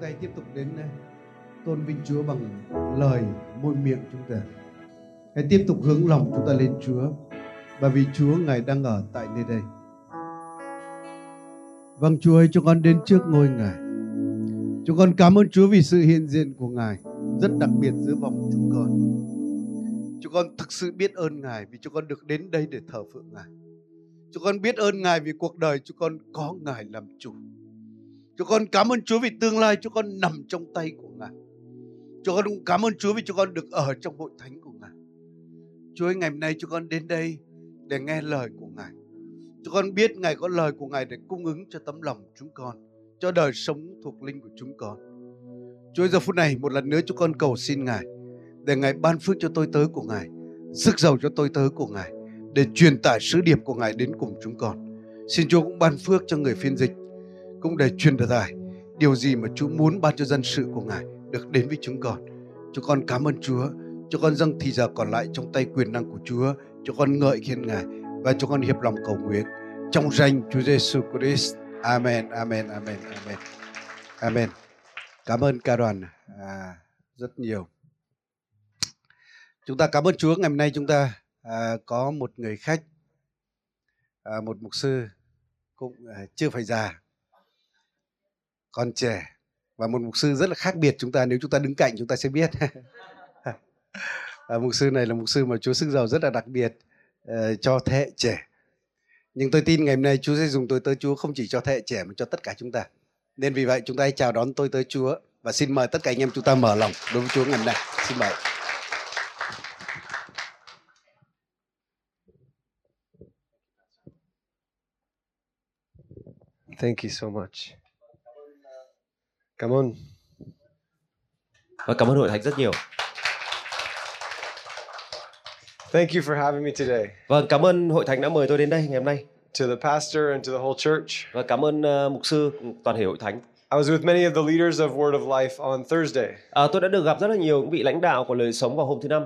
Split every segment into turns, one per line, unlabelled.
tay tiếp tục đến ờ, tôn vinh Chúa bằng lời môi miệng chúng ta. Hãy tiếp tục hướng lòng chúng ta lên Chúa bởi vì Chúa Ngài đang ở tại nơi đây. Vâng Chúa ơi, chúng con đến trước ngôi Ngài. Chúng con cảm ơn Chúa vì sự hiện diện của Ngài rất đặc biệt giữa vòng chúng con. Chúng con thực sự biết ơn Ngài vì chúng con được đến đây để thờ phượng Ngài. Chúng con biết ơn Ngài vì cuộc đời chúng con có Ngài làm chủ. Chúng con cảm ơn Chúa vì tương lai chúng con nằm trong tay của Ngài. Chúng con cũng cảm ơn Chúa vì chúng con được ở trong hội thánh của Ngài. Chúa ơi, ngày hôm nay chúng con đến đây để nghe lời của Ngài. Chúng con biết Ngài có lời của Ngài để cung ứng cho tấm lòng chúng con, cho đời sống thuộc linh của chúng con. Chúa ơi, giờ phút này một lần nữa chúng con cầu xin Ngài để Ngài ban phước cho tôi tớ của Ngài, sức giàu cho tôi tớ của Ngài để truyền tải sứ điệp của Ngài đến cùng chúng con. Xin Chúa cũng ban phước cho người phiên dịch cũng để truyền tải điều gì mà Chúa muốn ban cho dân sự của Ngài được đến với chúng con. Chúng con cảm ơn Chúa, cho con dâng thì giờ còn lại trong tay quyền năng của Chúa, cho con ngợi khen Ngài và cho con hiệp lòng cầu nguyện trong danh Chúa Giêsu Christ. Amen, amen, amen, amen. Amen. Cảm ơn ca đoàn à, rất nhiều. Chúng ta cảm ơn Chúa ngày hôm nay chúng ta à, có một người khách, à, một mục sư cũng à, chưa phải già, còn trẻ và một mục sư rất là khác biệt chúng ta nếu chúng ta đứng cạnh chúng ta sẽ biết. à, mục sư này là mục sư mà Chúa sức giàu rất là đặc biệt ờ, cho thế hệ trẻ. Nhưng tôi tin ngày hôm nay Chúa sẽ dùng tôi tới Chúa không chỉ cho thế hệ trẻ mà cho tất cả chúng ta. Nên vì vậy chúng ta hãy chào đón tôi tới Chúa và xin mời tất cả anh em chúng ta mở lòng đối với Chúa ngày hôm nay. Xin mời.
Thank you so much. Cảm ơn.
Và Vâng, cảm ơn hội thánh rất nhiều.
Thank you for having me today.
Vâng, cảm ơn hội thánh đã mời tôi đến đây ngày hôm nay.
To the pastor and to the whole church.
Và cảm ơn ờ, mục sư cùng toàn thể hội thánh.
I was with many of the leaders of Word of Life on Thursday,
À, tôi đã được gặp rất là nhiều những vị lãnh đạo của lời sống vào hôm thứ năm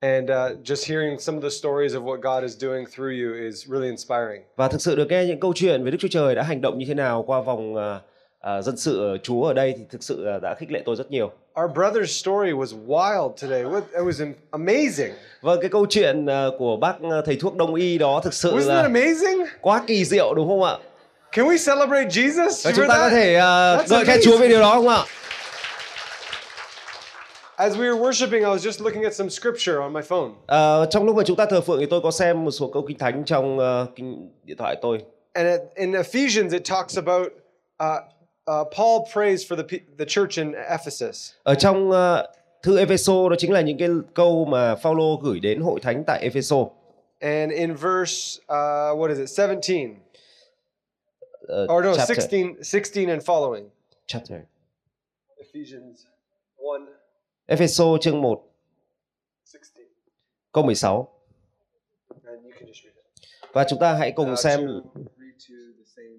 and uh, just hearing some of the stories of what God is doing through you is really inspiring.
và thực sự được nghe những câu chuyện về Đức Chúa Trời đã hành động như thế nào qua vòng ờ, ờ, dân sự ở Chúa ở đây thì thực sự ờ, đã khích lệ tôi rất nhiều.
Our brother's story was wild today. What- It was am- amazing.
Vâng, cái câu chuyện ờ, của bác ờ, thầy thuốc Đông y đó thực sự
Wasn't that
là
amazing?
quá kỳ diệu đúng không ạ?
Can we celebrate Jesus
Và
for
chúng ta có
that?
thể ờ,
That's
ngợi khen
amazing.
Chúa về điều đó không ạ?
As we were worshiping, I was just looking at some scripture on my phone,
Ờ, trong lúc mà chúng ta thờ phượng thì tôi có xem một số câu kinh thánh trong ờ, kinh điện thoại tôi.
and it, in Ephesians it talks about uh, uh, Paul prays for the pe- the church in Ephesus.
Ở trong ờ, thư Efeso đó chính là những cái câu mà Phaolô gửi đến hội thánh tại Efeso.
And in verse, uh, what is it, 17?
Ờ,
Or no,
chapter,
16, 16 and following.
chapter.
Ephesians 1,
Efeso chương 1 câu 16
And you can just read it. Uh,
và chúng ta hãy cùng xem
read to the same.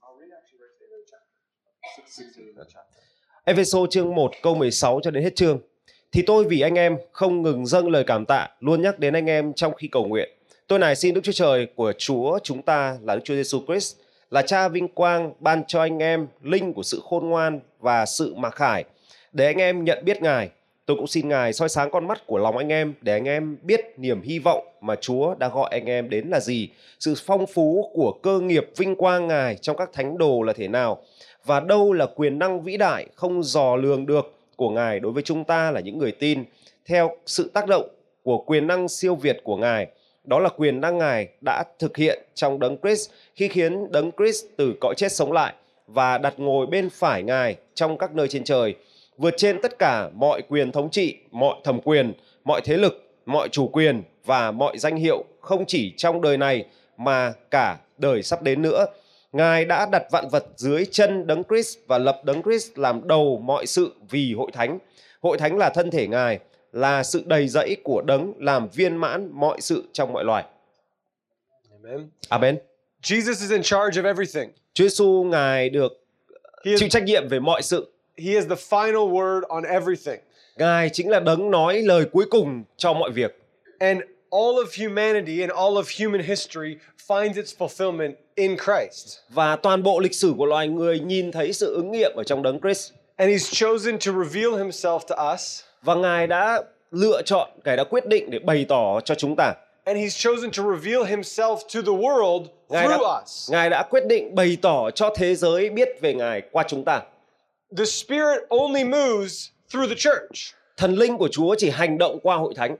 I'll read actually right to the end of the chapter. 16 of the chapter.
Efeso chương 1 câu 16 cho đến hết chương. Thì tôi vì anh em không ngừng dâng lời cảm tạ, luôn nhắc đến anh em trong khi cầu nguyện. Tôi này xin Đức Chúa Trời của Chúa chúng ta là Đức Chúa Giêsu Christ là Cha vinh quang ban cho anh em linh của sự khôn ngoan và sự mặc khải để anh em nhận biết Ngài. Tôi cũng xin Ngài soi sáng con mắt của lòng anh em để anh em biết niềm hy vọng mà Chúa đã gọi anh em đến là gì, sự phong phú của cơ nghiệp vinh quang Ngài trong các thánh đồ là thế nào và đâu là quyền năng vĩ đại không dò lường được của Ngài đối với chúng ta là những người tin theo sự tác động của quyền năng siêu việt của Ngài. Đó là quyền năng Ngài đã thực hiện trong Đấng Christ khi khiến Đấng Christ từ cõi chết sống lại và đặt ngồi bên phải Ngài trong các nơi trên trời, vượt trên tất cả mọi quyền thống trị, mọi thẩm quyền, mọi thế lực, mọi chủ quyền và mọi danh hiệu không chỉ trong đời này mà cả đời sắp đến nữa. Ngài đã đặt vạn vật dưới chân Đấng Christ và lập Đấng Christ làm đầu mọi sự vì hội thánh. Hội thánh là thân thể Ngài, là sự đầy dẫy của Đấng làm viên mãn mọi sự trong mọi loài.
Amen.
Amen.
Jesus is in charge of everything.
Chúa Giêsu Ngài được
He is,
chịu trách nhiệm về mọi sự.
he is the final word on everything.
Ngài chính là Đấng nói lời cuối cùng cho mọi việc.
And all of humanity and all of human history finds its fulfillment in Christ.
và toàn bộ lịch sử của loài người nhìn thấy sự ứng nghiệm ở trong đấng Christ
And he's chosen to reveal himself to us,
và ngài đã lựa chọn ngài đã quyết định để bày tỏ cho chúng ta
and he's chosen to reveal himself to the world
ngài đã,
through us.
ngài đã quyết định bày tỏ cho thế giới biết về ngài qua chúng ta
The Spirit only moves through the church.
thần linh của Chúa chỉ hành động qua hội thánh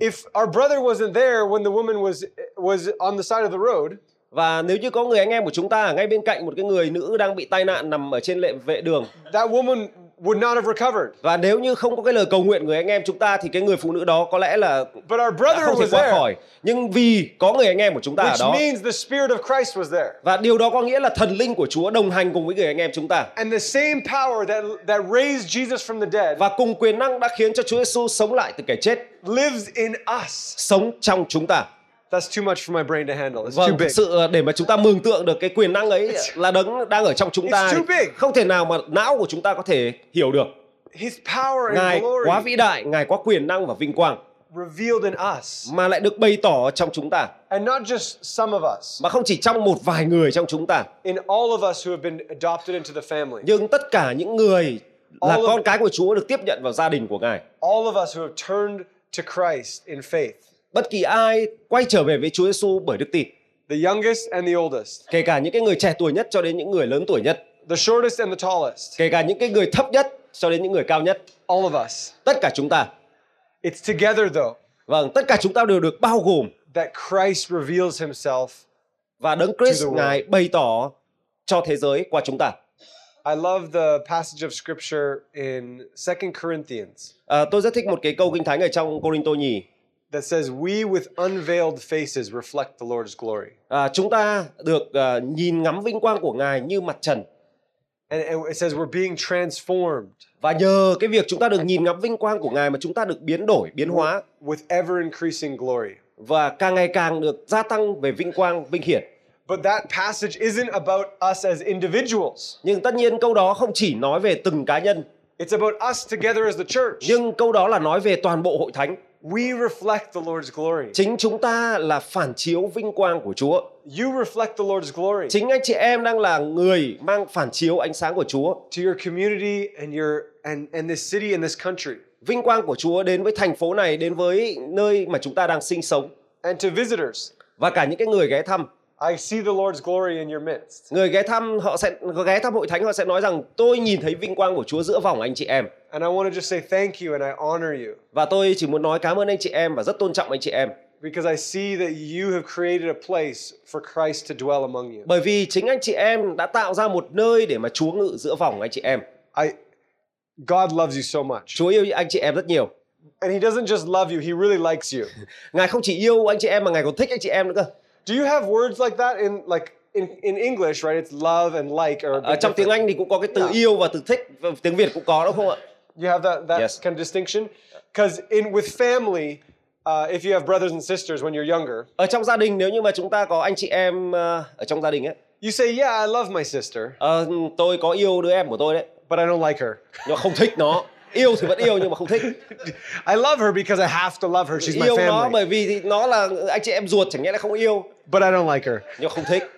If our brother wasn't there when the woman was was on the side of the road,
và nếu như có người anh em của chúng ta ở ngay bên cạnh một cái người nữ đang bị tai nạn nằm ở trên lệ vệ đường
that woman would not have recovered.
và nếu như không có cái lời cầu nguyện người anh em chúng ta thì cái người phụ nữ đó có lẽ là
But our
đã
brother
không thể
was
qua
there,
khỏi nhưng vì có người anh em của chúng ta ở
which
đó
means the Spirit of Christ was there.
và điều đó có nghĩa là thần linh của Chúa đồng hành cùng với người anh em chúng ta
And the same power that that raised Jesus from the dead
và cùng quyền năng đã khiến cho Chúa Giêsu sống lại từ kẻ chết
lives in us.
sống trong chúng ta
That's too much for my brain to handle. It's too
vâng thực
big.
sự để mà chúng ta mường tượng được cái quyền năng ấy là đấng đang ở trong chúng ta
It's too
thì
big.
không thể nào mà não của chúng ta có thể hiểu được
His power and
ngài quá
glory
vĩ đại ngài quá quyền năng và vinh quang
revealed in us,
mà lại được bày tỏ trong chúng ta
and not just some of us,
mà không chỉ trong một vài người trong chúng ta
in all of us who have been adopted into the family,
nhưng tất cả những người là
All of-
con cái của Chúa được tiếp nhận vào gia đình của ngài
all of us who have turned to Christ in faith,
bất kỳ ai quay trở về với Chúa Giêsu bởi đức tin
the youngest and the oldest,
kể cả những cái người trẻ tuổi nhất cho đến những người lớn tuổi nhất
the shortest and the tallest,
kể cả những cái người thấp nhất cho đến những người cao nhất
all of us.
tất cả chúng ta
It's together though
vâng tất cả chúng ta đều được bao gồm
that Christ reveals himself.
và đấng Christ
To the world.
ngài bày tỏ cho thế giới qua chúng ta
I love the passage of scripture in 2 Corinthians
à, tôi rất thích một cái câu kinh thánh ở trong Cô-rinh-tô nhì
that says, "We with unveiled faces reflect the Lord's glory."
à, chúng ta được à, nhìn ngắm vinh quang của ngài như mặt trần
And and it says we're being transformed
và nhờ cái việc chúng ta được nhìn ngắm vinh quang của ngài mà chúng ta được biến đổi biến hóa
with ever increasing glory.
và càng ngày càng được gia tăng về vinh quang vinh hiển
But that passage isn't about us as individuals.
nhưng tất nhiên câu đó không chỉ nói về từng cá nhân
It's about us together as the church.
nhưng câu đó là nói về toàn bộ hội thánh
We reflect the Lord's glory.
chính chúng ta là phản chiếu vinh quang của Chúa
You reflect the Lord's glory
chính anh chị em đang là người mang phản chiếu ánh sáng của Chúa
to your community and your and and this city and this country
vinh quang của Chúa đến với thành phố này đến với nơi mà chúng ta đang sinh sống
and to visitors.
và cả những cái người ghé thăm
I see the Lord's glory in your midst.
người ghé thăm họ sẽ ghé thăm hội thánh họ sẽ nói rằng tôi nhìn thấy vinh quang của Chúa giữa vòng anh chị em
And I want to just say thank you and I honor you
và tôi chỉ muốn nói cảm ơn anh chị em và rất tôn trọng anh chị em
because I see that you have created a place for Christ to dwell among you.
bởi vì chính anh chị em đã tạo ra một nơi để mà Chúa ngự giữa vòng anh chị em
I God loves you so much.
Chúa yêu anh chị em rất nhiều
And he doesn't just love you, he really likes you.
Ngài không chỉ yêu anh chị em mà Ngài còn thích anh chị em nữa cơ
Do you have words like that in like in, in English, right? It's love and like or
Ở trong tiếng Anh thì cũng có cái từ
Yeah.
yêu và từ thích và tiếng Việt cũng có đúng không ạ?
you have that that
Yes.
kind of distinction? Cuz in with family, uh, if you have brothers and sisters when you're younger,
Ở trong gia đình nếu như mà chúng ta có anh chị em ờ, ở trong gia đình ấy
you say, "Yeah, I love my sister,
ờ, tôi có yêu đứa em của tôi đấy
but I don't like her."
nhưng mà không thích nó yêu thì vẫn yêu nhưng mà không thích
I love her because I have to love her. She's my
yêu nó
family.
bởi vì thì nó là anh chị em ruột chẳng nhẽ là không yêu
But I don't like her.
nhưng mà không thích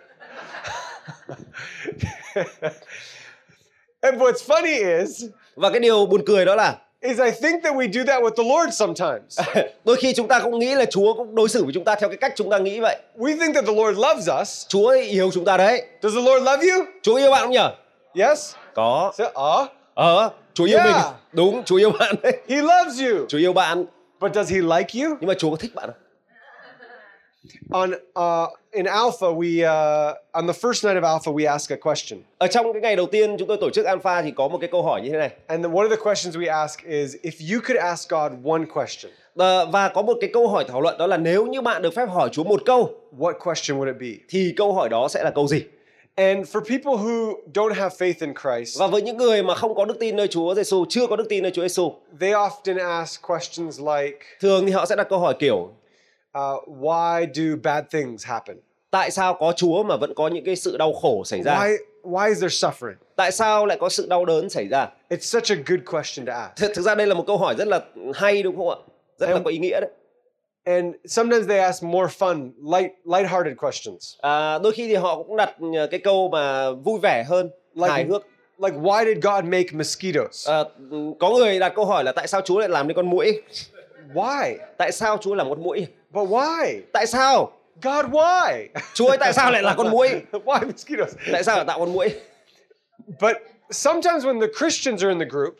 And what's funny is
và cái điều buồn cười đó là
is I think that we do that with the Lord sometimes.
đôi khi chúng ta cũng nghĩ là Chúa cũng đối xử với chúng ta theo cái cách chúng ta nghĩ vậy
we think that the Lord loves us.
Chúa ấy yêu chúng ta đấy
Does the Lord love you?
Chúa yêu bạn không nhở
Yes?
có
Say, "Uh,
ờ Chúa yêu
Yeah.
mình đúng Chúa yêu bạn đấy
he loves you."
Chúa yêu bạn
But does he like you?
nhưng mà Chúa có thích bạn không
On uh, in Alpha, we uh, on the first night of Alpha, we ask a question,
ở trong cái ngày đầu tiên chúng tôi tổ chức Alpha thì có một cái câu hỏi như thế này
and then one of the questions we ask is, if you could ask God one question,
Ờ, và có một cái câu hỏi thảo luận đó là nếu như bạn được phép hỏi Chúa một câu
what question would it be?
thì câu hỏi đó sẽ là câu gì
And for people who don't have faith in Christ,
và với những người mà không có đức tin nơi Chúa Giêsu chưa có đức tin nơi Chúa Giêsu
they often ask questions like,
thường thì họ sẽ đặt câu hỏi kiểu
uh, "Why do bad things happen?
tại sao có Chúa mà vẫn có những cái sự đau khổ xảy ra
Why why is there suffering?"
tại sao lại có sự đau đớn xảy ra
It's such a good question to ask.
Th- thực ra đây là một câu hỏi rất là hay đúng không ạ rất là
Em-
có ý nghĩa đấy
And sometimes they ask more fun, light, lighthearted questions.
À, đôi khi thì họ cũng đặt ờ, cái câu mà vui vẻ hơn,
Like-
hài hước.
Like, why did God make mosquitoes?
À, có người đặt câu hỏi là tại sao Chúa lại làm nên con muỗi?
why?
Tại sao Chúa làm con muỗi?
But why?
Tại sao?
God, why?
Chúa ơi tại sao lại là con muỗi?
why mosquitoes?
Tại sao lại tạo con muỗi?
But sometimes when the Christians are in the group,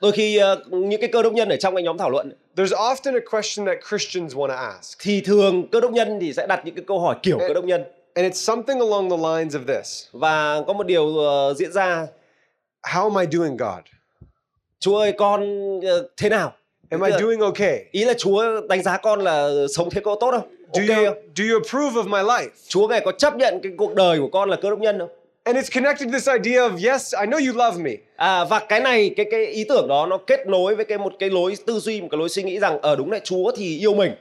Đôi khi ờ, những cái cơ đốc nhân ở trong cái nhóm thảo luận
there's often a question that Christians want to ask.
thì thường cơ đốc nhân thì sẽ đặt những cái câu hỏi kiểu cơ đốc nhân
And it's something along the lines of this
và có một điều ờ, diễn ra
How am I doing, God?
Chúa ơi con ờ, thế nào?
Am
Tức
I
là-
doing okay?
ý là Chúa đánh giá con là sống thế có tốt không?
Do
ok
you,
không?
do you approve of my life?
Chúa ngài có chấp nhận cái cuộc đời của con là cơ đốc nhân không?
And it's connected to this idea of yes, I know you love me,
À, và cái này cái cái ý tưởng đó nó kết nối với cái một cái lối tư duy một cái lối suy nghĩ rằng ở đúng đấy Chúa thì yêu mình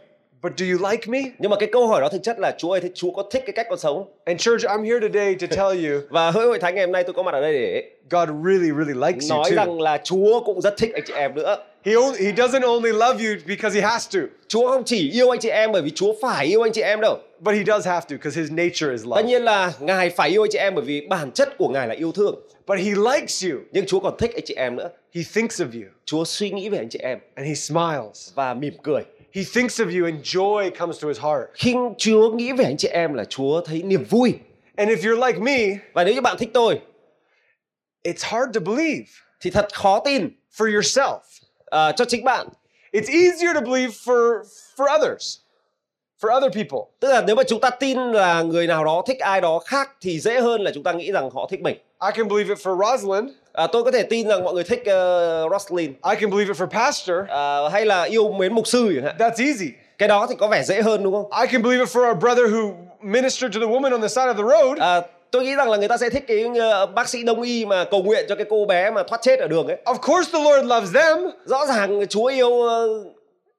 but do you like me?
nhưng mà cái câu hỏi đó thực chất là Chúa ơi thế Chúa có thích cái cách con sống không?
And church, I'm here today to tell you,
và hỡi hội thánh ngày hôm nay tôi có mặt ở đây để
God really, really likes you
nói
too.
rằng là Chúa cũng rất thích anh chị em nữa
He only, He doesn't only love you because He has to,
Chúa không chỉ yêu anh chị em bởi vì Chúa phải yêu anh chị em đâu
but He does have to because His nature is
tất
love.
nhiên là ngài phải yêu anh chị em bởi vì bản chất của ngài là yêu thương
But He likes you.
nhưng Chúa còn thích anh chị em nữa
He thinks of you
Chúa suy nghĩ về anh chị em
and He smiles.
và mỉm cười
He thinks of you and joy comes to His heart.
khi Chúa nghĩ về anh chị em là Chúa thấy niềm vui
And if you're like me,
và nếu như bạn thích tôi
it's hard to believe
thì thật khó tin
for yourself.
à, cho chính bạn
It's easier to believe for for others, for other people.
tức là nếu mà chúng ta tin là người nào đó thích ai đó khác thì dễ hơn là chúng ta nghĩ rằng họ thích mình
I can believe it for Rosalind.
à, tôi có thể tin rằng mọi người thích ờ, Roslyn
I can believe it for Pastor.
à, hay là yêu mến mục sư chẳng hạn
That's easy.
cái đó thì có vẻ dễ hơn đúng không
I can believe it for our brother who ministered to the woman on the side of the road.
à, tôi nghĩ rằng là người ta sẽ thích cái ờ, bác sĩ đông y mà cầu nguyện cho cái cô bé mà thoát chết ở đường ấy
Of course, the Lord loves them
rõ ràng Chúa yêu ờ,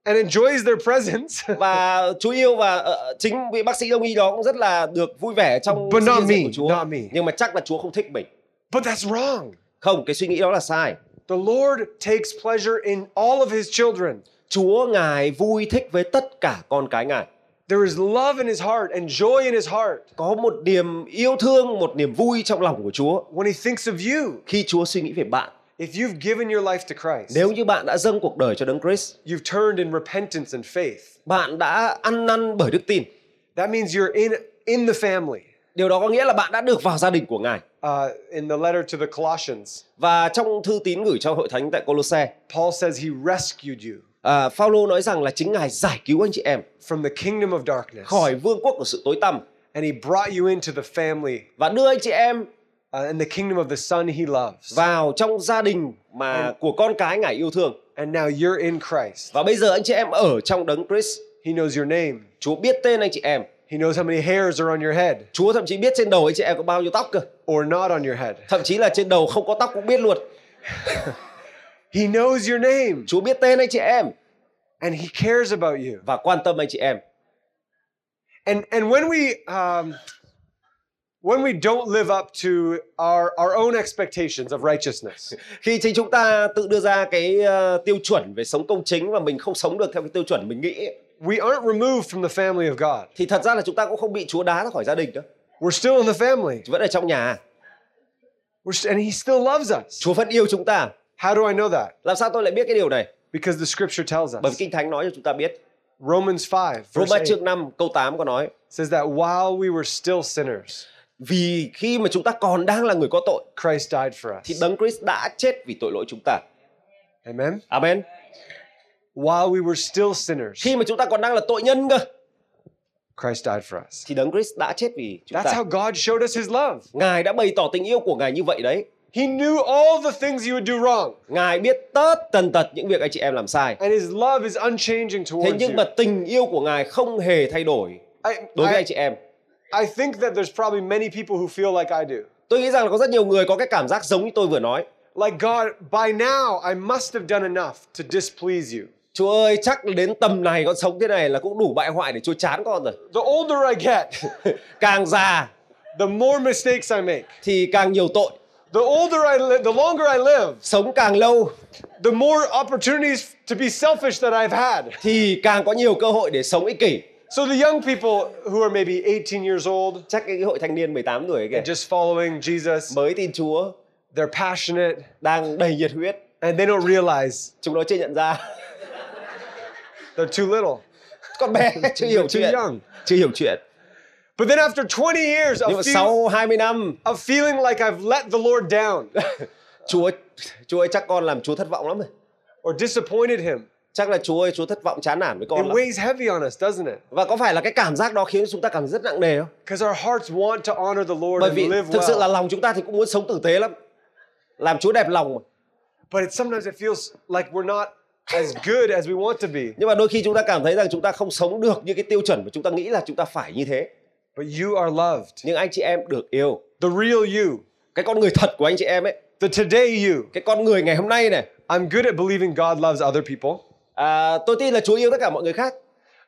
and enjoys their presence.
và Chúa yêu và ờ, chính vị bác sĩ đông y đó cũng rất là được vui vẻ trong
But
sự
not
hiện diện
me,
của Chúa
not me.
nhưng mà chắc là Chúa không thích mình
but that's wrong.
không cái suy nghĩ đó là sai
The Lord takes pleasure in all of his children.
Chúa ngài vui thích với tất cả con cái ngài
There is love in his heart and joy in his heart
có một niềm yêu thương một niềm vui trong lòng của Chúa
when he thinks of you.
khi Chúa suy nghĩ về bạn
If you've given your life to Christ,
nếu như bạn đã dâng cuộc đời cho Đấng Christ
you've turned in repentance and faith.
bạn đã ăn năn bởi đức tin
That means you're in in the family.
điều đó có nghĩa là bạn đã được vào gia đình của ngài
Uh, in the letter to the Colossians,
và trong thư tín gửi cho hội thánh tại Colosse
Paul says he rescued you
à, Phaolô nói rằng là chính ngài giải cứu anh chị em
from the kingdom of darkness,
khỏi vương quốc của sự tối tăm
and he brought you into the family
và đưa anh chị em
uh, and the kingdom of the Son he loves.
vào trong gia đình mà của con cái ngài yêu thương
And now you're in Christ.
và bây giờ anh chị em ở trong đấng Christ
He knows your name.
Chúa biết tên anh chị em
He knows how many hairs are on your head
Chúa thậm chí biết trên đầu anh chị em có bao nhiêu tóc cơ
or not on your head.
thậm chí là trên đầu không có tóc cũng biết luôn
He knows your name
Chúa biết tên anh chị em
and he cares about you.
và quan tâm anh chị em
And and when we um, when we don't live up to our our own expectations of righteousness,
khi chính chúng ta tự đưa ra cái ờ, tiêu chuẩn về sống công chính và mình không sống được theo cái tiêu chuẩn mình nghĩ ấy,
we aren't removed from the family of God.
thì thật ra là chúng ta cũng không bị Chúa đá ra khỏi gia đình đâu
We're still in the family.
vẫn ở trong nhà
We're st- and he still loves us.
Chúa vẫn yêu chúng ta
How do I know that?
làm sao tôi lại biết cái điều này
Because the scripture tells
bởi vì
us.
kinh thánh nói cho chúng ta biết
Romans 5 verse
Roma
8
chương 5 câu 8 có nói
says that while we were still sinners,
vì khi mà chúng ta còn đang là người có tội
Christ died for us.
thì đấng Christ đã chết vì tội lỗi chúng ta
Amen.
Amen
While we were still sinners,
khi mà chúng ta còn đang là tội nhân cơ
Christ died for us.
thì đấng Christ đã chết vì chúng
That's how
ta
God showed us his love.
Ngài đã bày tỏ tình yêu của Ngài như vậy đấy
He knew all the things you would do wrong,
Ngài biết tất tần tật những việc anh chị em làm sai
and his love is unchanging
Thế
towards
nhưng
you.
mà tình yêu của Ngài không hề thay đổi
I,
đối với
I,
anh chị em.
I think that there's probably many people who feel like I do.
Tôi nghĩ rằng là có rất nhiều người có cái cảm giác giống như tôi vừa nói.
Like, God, by now I must have done enough to displease you.
Chúa ơi, chắc là đến tầm này con sống thế này là cũng đủ bại hoại để Chúa chán con rồi.
The older I get,
Càng già
the more mistakes I make,
thì càng nhiều tội.
The older I live, the longer I live,
sống càng lâu
the more opportunities to be selfish that I've had.
thì càng có nhiều cơ hội để sống ích kỷ
So the young people who are maybe 18 years old,
chắc cái hội thanh niên 18 tuổi ấy kìa
and just following Jesus,
mới tin Chúa
they're passionate
đang đầy nhiệt huyết
and they don't realize
chúng nó chưa nhận ra
they're too little.
con bé chưa hiểu
Too
chuyện
young.
chưa hiểu chuyện
But then after 20 years
nhưng mà
of, feel,
sau 20 năm
of feeling like I've let the Lord down
Chúa Chúa ơi chắc con làm Chúa thất vọng lắm rồi
or disappointed him,
chắc là Chúa ơi Chúa thất vọng chán nản với
it
con lắm
weighs heavy on us, doesn't it?
và có phải là cái cảm giác đó khiến chúng ta cảm thấy rất nặng nề không
Because our hearts want to honor the Lord
bởi
and
vì
live
thực sự là
well.
lòng chúng ta thì cũng muốn sống tử tế lắm làm Chúa đẹp lòng mà.
But it, sometimes it feels like we're not as good as we want to be.
nhưng mà đôi khi chúng ta cảm thấy rằng chúng ta không sống được như cái tiêu chuẩn mà chúng ta nghĩ là chúng ta phải như thế
But you are loved.
nhưng anh chị em được yêu
The real you.
cái con người thật của anh chị em ấy
The today you.
cái con người ngày hôm nay này
I'm good at believing God loves other people.
à, tôi tin là Chúa yêu tất cả mọi người khác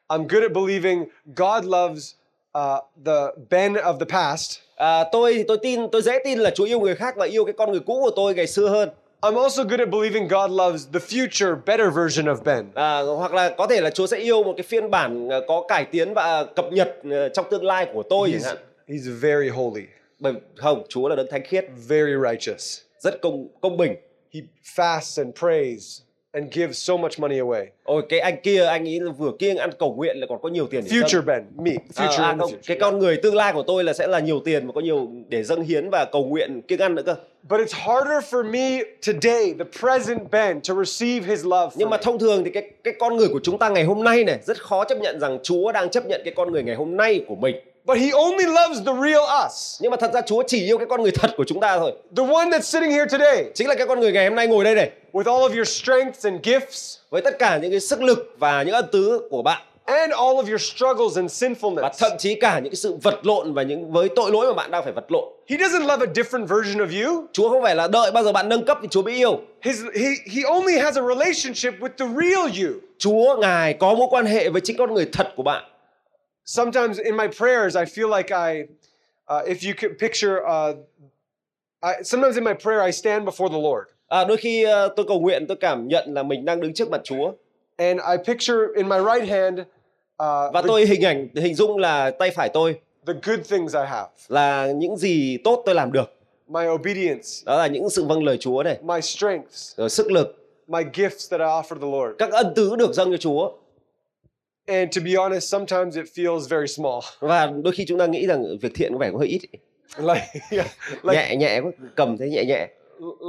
I'm good at believing God loves uh, the Ben of the past.
à, tôi thì tôi tin tôi dễ tin là Chúa yêu người khác và yêu cái con người cũ của tôi ngày xưa hơn
I'm also good at believing God loves the future, better version of Ben.
à, hoặc là có thể là Chúa sẽ yêu một cái phiên bản à, có cải tiến và cập nhật à, trong tương lai của tôi chẳng
He's,
hạn
he's very holy,
bởi không Chúa là đấng thánh khiết
very righteous.
rất công công bình
He fasts and prays and gives so much money away.
ôi cái anh kia anh ấy vừa kiêng ăn cầu nguyện là còn có nhiều tiền để dâng.
Future Ben, me,
À,
future
à,
in the
không,
future.
cái con người tương lai của tôi là sẽ là nhiều tiền và có nhiều để dâng hiến và cầu nguyện kiêng ăn nữa cơ
But it's harder for me today, the present Ben, to receive his love. for
nhưng mà
me.
thông thường thì cái cái con người của chúng ta ngày hôm nay này rất khó chấp nhận rằng Chúa đang chấp nhận cái con người ngày hôm nay của mình
But he only loves the real us,
nhưng mà thật ra Chúa chỉ yêu cái con người thật của chúng ta thôi
the one that's sitting here today
chính là cái con người ngày hôm nay ngồi đây này
with all of your strengths and gifts
với tất cả những cái sức lực và những ân tứ của bạn
and all of your struggles and
và
sinfulness.
thậm chí cả những cái sự vật lộn và những với tội lỗi mà bạn đang phải vật lộn
He doesn't love a different version of you.
Chúa không phải là đợi bao giờ bạn nâng cấp thì Chúa mới yêu
His, he, he only has a relationship with the real you.
Chúa ngài có mối quan hệ với chính con người thật của bạn
Sometimes in my prayers, I feel like I, uh, if you could picture, uh, I, sometimes in my prayer, I stand before the Lord.
à, đôi khi ờ, tôi cầu nguyện tôi cảm nhận là mình đang đứng trước mặt Chúa
And I picture in my right hand uh,
và
the,
tôi hình ảnh hình dung là tay phải tôi
the good things I have
là những gì tốt tôi làm được
my obedience,
đó là những sự vâng lời Chúa này
my strengths,
rồi sức lực
my gifts that I offer the Lord.
các ân tứ được dâng cho Chúa
And to be honest, sometimes it feels very small.
và đôi khi chúng ta nghĩ rằng việc thiện có vẻ có hơi ít
like, yeah, like,
nhẹ nhẹ quá, cầm thế nhẹ nhẹ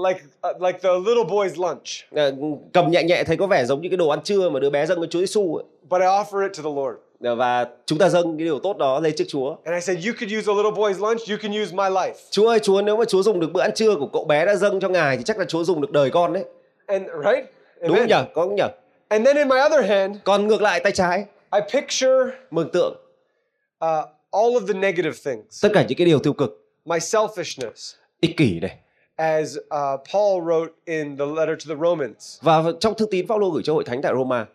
like, uh, like the little boy's lunch,
À, cầm nhẹ nhẹ thấy có vẻ giống như cái đồ ăn trưa mà đứa bé dâng cho Chúa Giêsu ấy.
but I offer it to the Lord.
À, và chúng ta dâng cái điều tốt đó lên trước Chúa
And I said, You could use a little boy's lunch, you can use my life.
Chúa ơi Chúa nếu mà Chúa dùng được bữa ăn trưa của cậu bé đã dâng cho ngài thì chắc là Chúa dùng được đời con đấy
And right?
đúng không
Amen.
nhở có không nhở
And then in my other hand,
còn ngược lại tay trái
I picture
mường tượng
uh, all of the negative things,
tất cả những cái điều tiêu cực
my selfishness,
ích kỷ này
as uh, Paul wrote in the letter to the Romans.
và trong thư tín Phaolô gửi cho hội thánh tại Roma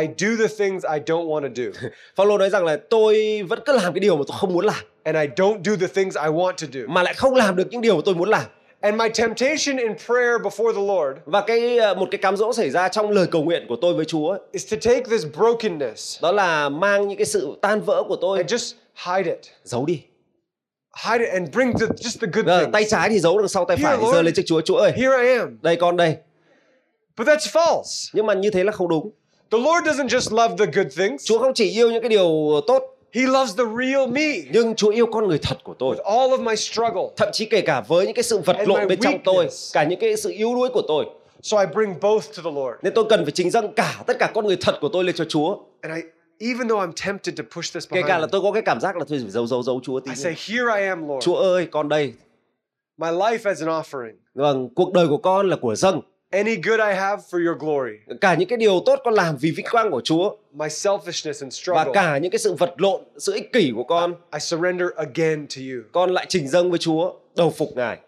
I do the things I don't want to do,
Phaolô nói rằng là tôi vẫn cứ làm cái điều mà tôi không muốn làm
and I don't do the things I want to do.
mà lại không làm được những điều mà tôi muốn làm
And my temptation in prayer before the Lord
và cái à, một cái cám dỗ xảy ra trong lời cầu nguyện của tôi với Chúa ấy,
is to take this brokenness
đó là mang những cái sự tan vỡ của tôi
and just hide it,
giấu đi
hide it, and bring the, just the good
Ờ, tay
things.
trái thì giấu đằng sau tay
Here,
phải thì
Lord.
giơ lên trước Chúa Chúa ơi
Here I am.
đây con đây
But that's false.
nhưng mà như thế là không đúng
The Lord doesn't just love the good things,
Chúa không chỉ yêu những cái điều tốt
He loves the real me
nhưng Chúa yêu con người thật của tôi
with all of my struggle.
thậm chí kể cả với những cái sự vật
And my
lộn bên trong tôi
weakness.
cả những cái sự yếu đuối của tôi
So I bring both to the Lord.
nên tôi cần phải trình dâng cả tất cả con người thật của tôi lên cho Chúa
And I, even though I'm tempted to push this
kể cả là
behind, me,
tôi có cái cảm giác là tôi phải giấu giấu giấu Chúa tí
Vâng. I
nữa.
say, Here I am, Lord.
Chúa ơi con đây
My life as an offering.
vâng cuộc đời của con là của dâng
Any good I have for your glory.
cả những cái điều tốt con làm vì vinh quang của Chúa
My selfishness and
và
struggle.
cả những cái sự vật lộn sự ích kỷ của con
I surrender again to you.
con lại trình dâng với Chúa đầu phục ngài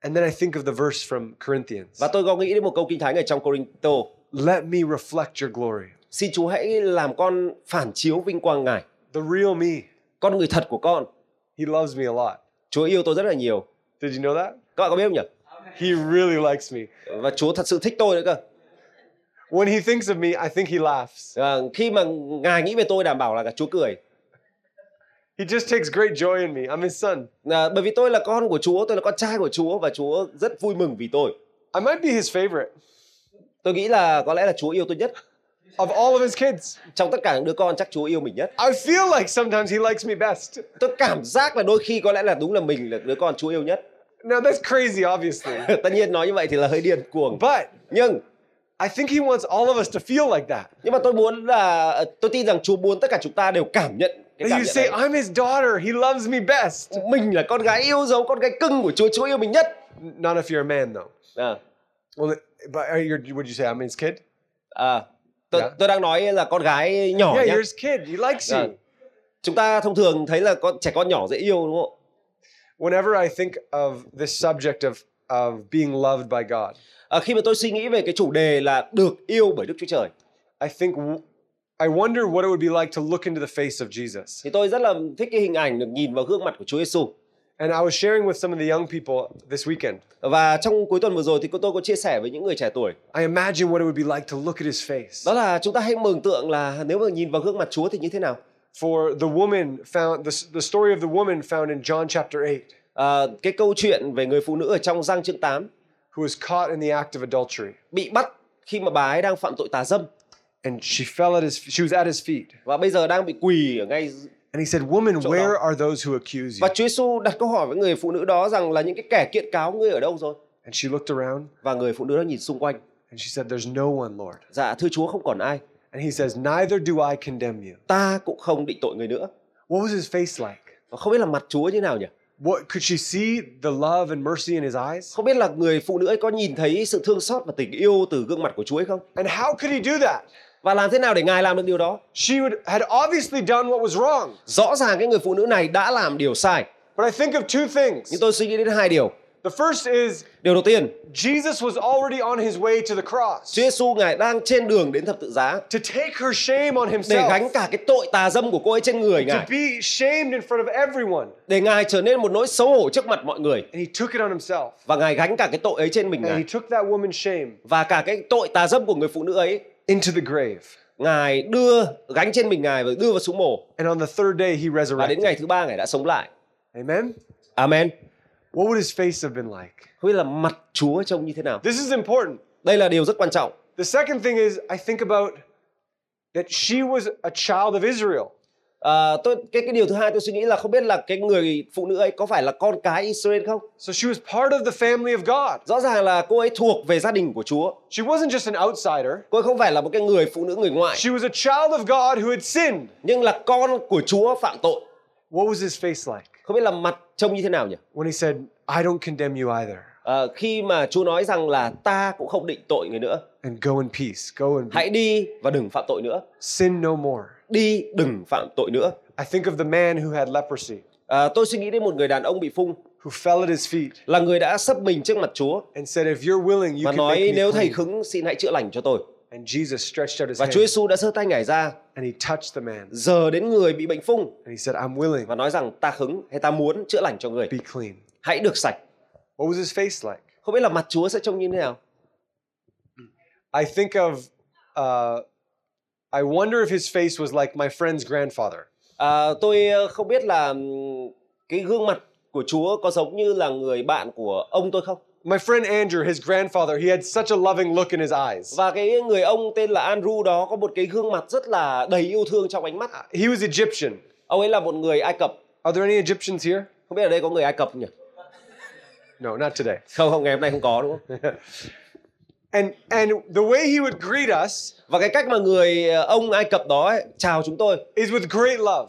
And then I think of the verse from Corinthians.
và tôi có nghĩ đến một câu kinh thánh ở trong Corinto
Let me reflect your glory.
xin Chúa hãy làm con phản chiếu vinh quang ngài
The real me.
con người thật của con
He loves me a lot.
Chúa yêu tôi rất là nhiều
Did you know that?
các bạn có biết không nhỉ
He really likes me.
và Chúa thật sự thích tôi nữa cơ.
When he thinks of me, I think he laughs.
À, khi mà Ngài nghĩ về tôi đảm bảo là cả Chúa cười.
He just takes great joy in me. I'm his son.
À, bởi vì tôi là con của Chúa, tôi là con trai của Chúa và Chúa rất vui mừng vì tôi.
I might be his favorite
Tôi nghĩ là có lẽ là Chúa yêu tôi nhất.
of all of his kids.
Trong tất cả những đứa con chắc Chúa yêu mình nhất.
I feel like sometimes he likes me best.
Tôi cảm giác là đôi khi có lẽ là đúng là mình là đứa con Chúa yêu nhất.
Now that's crazy, obviously.
Tất nhiên nói như vậy thì là hơi điên cuồng.
But
Nhưng
I think he wants all of us to feel like that.
nhưng mà tôi muốn là tôi tin rằng Chúa muốn tất cả chúng ta đều cảm nhận cái
That
cảm
you
nhận
say,
đấy.
I'm his daughter. He loves me best.
Mình là con gái yêu dấu, con gái cưng của Chúa, Chúa yêu mình nhất.
Not if you're a man, though.
À,
Well, but are you, would you say I'm his kid?
à, tôi,
Dạ.
tôi đang nói là con gái nhỏ
Yeah,
nhá.
you're his kid. He likes
Dạ.
you.
Chúng ta thông thường thấy là con trẻ con nhỏ dễ yêu đúng không?
Whenever I think of this subject of, of being loved by God,
À, khi mà tôi suy nghĩ về cái chủ đề là được yêu bởi Đức Chúa Trời
I think w- I wonder what it would be like to look into the face of Jesus.
thì tôi rất là thích cái hình ảnh được nhìn vào gương mặt của Chúa Giêsu.
And I was sharing with some of the young people this weekend.
Và trong cuối tuần vừa rồi thì cô tôi có chia sẻ với những người trẻ tuổi
I imagine what it would be like to look at his face.
đó là chúng ta hãy mường tượng là nếu mà nhìn vào gương mặt Chúa thì như thế nào.
For the woman found the, s- the story of the woman found in John chapter 8,
À, cái câu chuyện về người phụ nữ ở trong Giăng chương 8
who was caught in the act of adultery.
bị bắt khi mà bà ấy đang phạm tội tà dâm
And she fell at his she was at his feet.
và bây giờ đang bị quỳ ở ngay
And he said, Woman,
Chỗ
where
đó.
are those who accuse you?
và Chúa Giêsu đặt câu hỏi với người phụ nữ đó rằng là những cái kẻ kiện cáo ngươi ở đâu rồi
And she looked around
và người phụ nữ đó nhìn xung quanh
and she said, There's no one, Lord.
dạ thưa Chúa không còn ai
And he says, Neither do I condemn you.
ta cũng không định tội người nữa
What was his face like?
và không biết là mặt Chúa như nào nhỉ
What could she see the love and mercy in his eyes?
không biết là người phụ nữ ấy có nhìn thấy sự thương xót và tình yêu từ gương mặt của Chúa ấy không
And how could he do that?
và làm thế nào để ngài làm được điều đó
She would, had obviously done what was wrong.
rõ ràng cái người phụ nữ này đã làm điều sai
But I think of two things.
nhưng tôi suy nghĩ đến hai điều
The first is
điều đầu tiên
Jesus was already on his way to the cross
Chúa Giêsu ngài đang trên đường đến thập tự giá
to take her shame on
để gánh
himself,
cả cái tội tà dâm của cô ấy trên người
to
ngài
be shamed in front of everyone.
để ngài trở nên một nỗi xấu hổ trước mặt mọi người
And he took it on himself.
và ngài gánh cả cái tội ấy trên mình
And he
ngài
took that woman's shame
và cả cái tội tà dâm của người phụ nữ ấy
into the grave.
ngài đưa gánh trên mình ngài và đưa vào xuống mồ
And on the third day, he
và đến
resurrected.
ngày thứ ba ngài đã sống lại
Amen?
amen
What would his face have been like?
không biết là mặt Chúa trông như thế nào
This is important.
đây là điều rất quan trọng
The second thing is, I think about that she was a child of Israel.
À, tôi cái cái điều thứ hai tôi suy nghĩ là không biết là cái người phụ nữ ấy có phải là con cái Israel không
So she was part of the family of God.
rõ ràng là cô ấy thuộc về gia đình của Chúa
She wasn't just an outsider,
cô ấy không phải là một cái người phụ nữ người ngoại
she was a child of God who had sinned.
nhưng là con của Chúa phạm tội
What was his face like
không biết là mặt trông như thế nào nhỉ
when he said, I don't condemn you either,
Ờ, khi mà Chúa nói rằng là ta cũng không định tội người nữa
and go in peace, go and be-
hãy đi và đừng phạm tội nữa
sin no more?
đi đừng phạm tội nữa
I think of the man who had leprosy,
Ờ, tôi suy nghĩ đến một người đàn ông bị phung
who fell at his feet
là người đã sấp mình trước mặt Chúa
and said, If you're willing, you
và
can make
nói
me
nếu thầy
clean."
khứng xin hãy chữa lành cho tôi
And Jesus stretched out his
và
hand
Chúa Giêsu đã giơ tay ngài ra
and he touched the man
giờ đến người bị bệnh phung
and he said, I'm willing,
và nói rằng ta hứng hay ta muốn chữa lành cho người
be clean.
hãy được sạch
What was his face like?
không biết là mặt Chúa sẽ trông như thế nào
I think of, uh, I wonder if his face was like my friend's grandfather.
à, tôi ờ, không biết là ừm, cái gương mặt của Chúa có giống như là người bạn của ông tôi không
My friend Andrew, his grandfather, he had such a loving look in his eyes.
và cái người ông tên là Andrew đó có một cái gương mặt rất là đầy yêu thương trong ánh mắt
He was Egyptian.
ông ấy là một người Ai Cập
Are there any Egyptians here?
không biết ở đây có người Ai Cập không nhỉ
No, not today.
không không ngày hôm nay không có đúng không
And and the way he would greet us
và cái cách mà người ờ, ông Ai Cập đó ấy, chào chúng tôi
is with great love.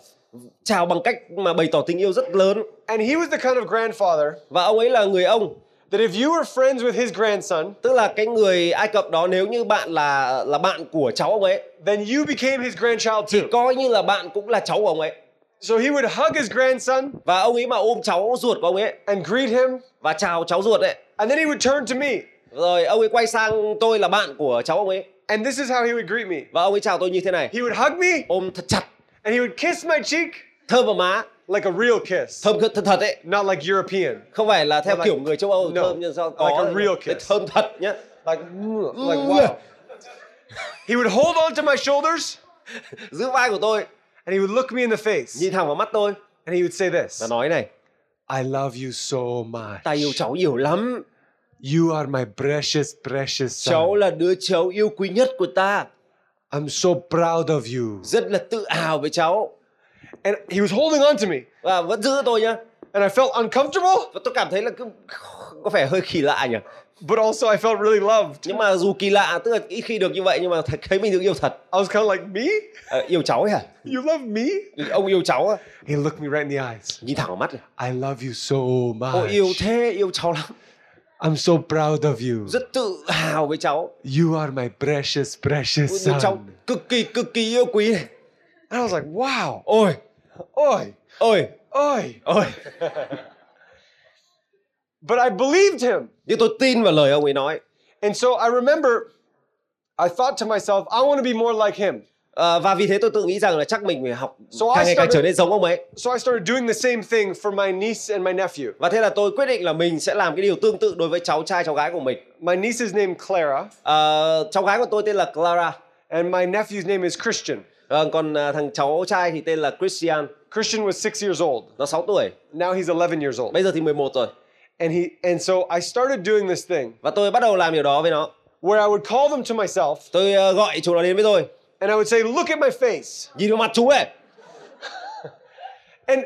chào bằng cách mà bày tỏ tình yêu rất lớn
And he was the kind of grandfather
và ông ấy là người ông
that if you were friends with his grandson,
tức là cái người Ai Cập đó nếu như bạn là là bạn của cháu ông ấy
then you became his grandchild
thì
too.
coi như là bạn cũng là cháu của ông ấy
So he would hug his grandson
và ông ấy mà ôm cháu ruột của ông ấy
and greet him,
và chào cháu ruột ấy
and then he would turn to me.
rồi ông ấy quay sang tôi là bạn của cháu ông ấy
And this is how he would greet me.
và ông ấy chào tôi như thế này
He would hug me
ôm thật chặt
and he would kiss my cheek
thơm vào má
like a real kiss,
thơm thật thật ấy
not like European.
không phải là theo
Like-
kiểu người châu Âu
No.
thơm nhưng sao
Like a
có
real kiss.
thơm thật nhá
Like, mm, like wow. He would hold on to my shoulders
giữ vai của tôi
and he would look me in the face
nhìn thẳng vào mắt tôi
and he would say this
và nói này
I love you so much.
ta yêu cháu nhiều lắm
You are my precious, precious
cháu
son.
là đứa cháu yêu quý nhất của ta
I'm so proud of you.
rất là tự hào với cháu
And he was holding on to me
và vẫn giữ tôi nhá
and I felt uncomfortable,
và tôi cảm thấy là cứ có vẻ hơi kỳ lạ nhỉ
but also I felt really loved.
nhưng mà dù kỳ lạ tức là ít khi được như vậy nhưng mà thật thấy mình được yêu thật
I was kind of like, me?
Ờ, yêu cháu ấy hả
You love me?
ông yêu cháu á
He looked me right in the eyes.
nhìn thẳng vào mắt này.
I love you so
ôi yêu
much.
thế yêu cháu lắm
I'm so proud of you.
rất tự hào với cháu
You are my precious,
Ôi,
precious
đứa cháu
son.
cực kỳ cực kỳ yêu quý này.
And I was like, wow.
ôi
Oi,
ôi
oi.
ôi
But I believed him.
nhưng tôi tin vào lời ông ấy nói
And so I remember I thought to myself, I want to be more like him.
Ờ, và vì thế tôi tự nghĩ rằng là chắc mình phải học
So I
càng ngày càng
started-
trở nên giống ông ấy
So I started doing the same thing for my niece and my nephew.
và thế là tôi quyết định là mình sẽ làm cái điều tương tự đối với cháu trai cháu gái của mình
My niece is named Clara,
Ờ, cháu gái của tôi tên là Clara
and my nephew's name is Christian.
Ờ, còn à, thằng cháu trai thì tên là Christian
Christian was six years old.
nó 6 tuổi
Now he's 11 years old.
bây giờ thì 11 rồi
And he and so I started doing this thing
và tôi bắt đầu làm điều đó với nó
where I would call them to myself
tôi ờ, gọi chúng nó đến với tôi
and I would say, "Look at my face."
nhìn vào mặt chúng ấy
And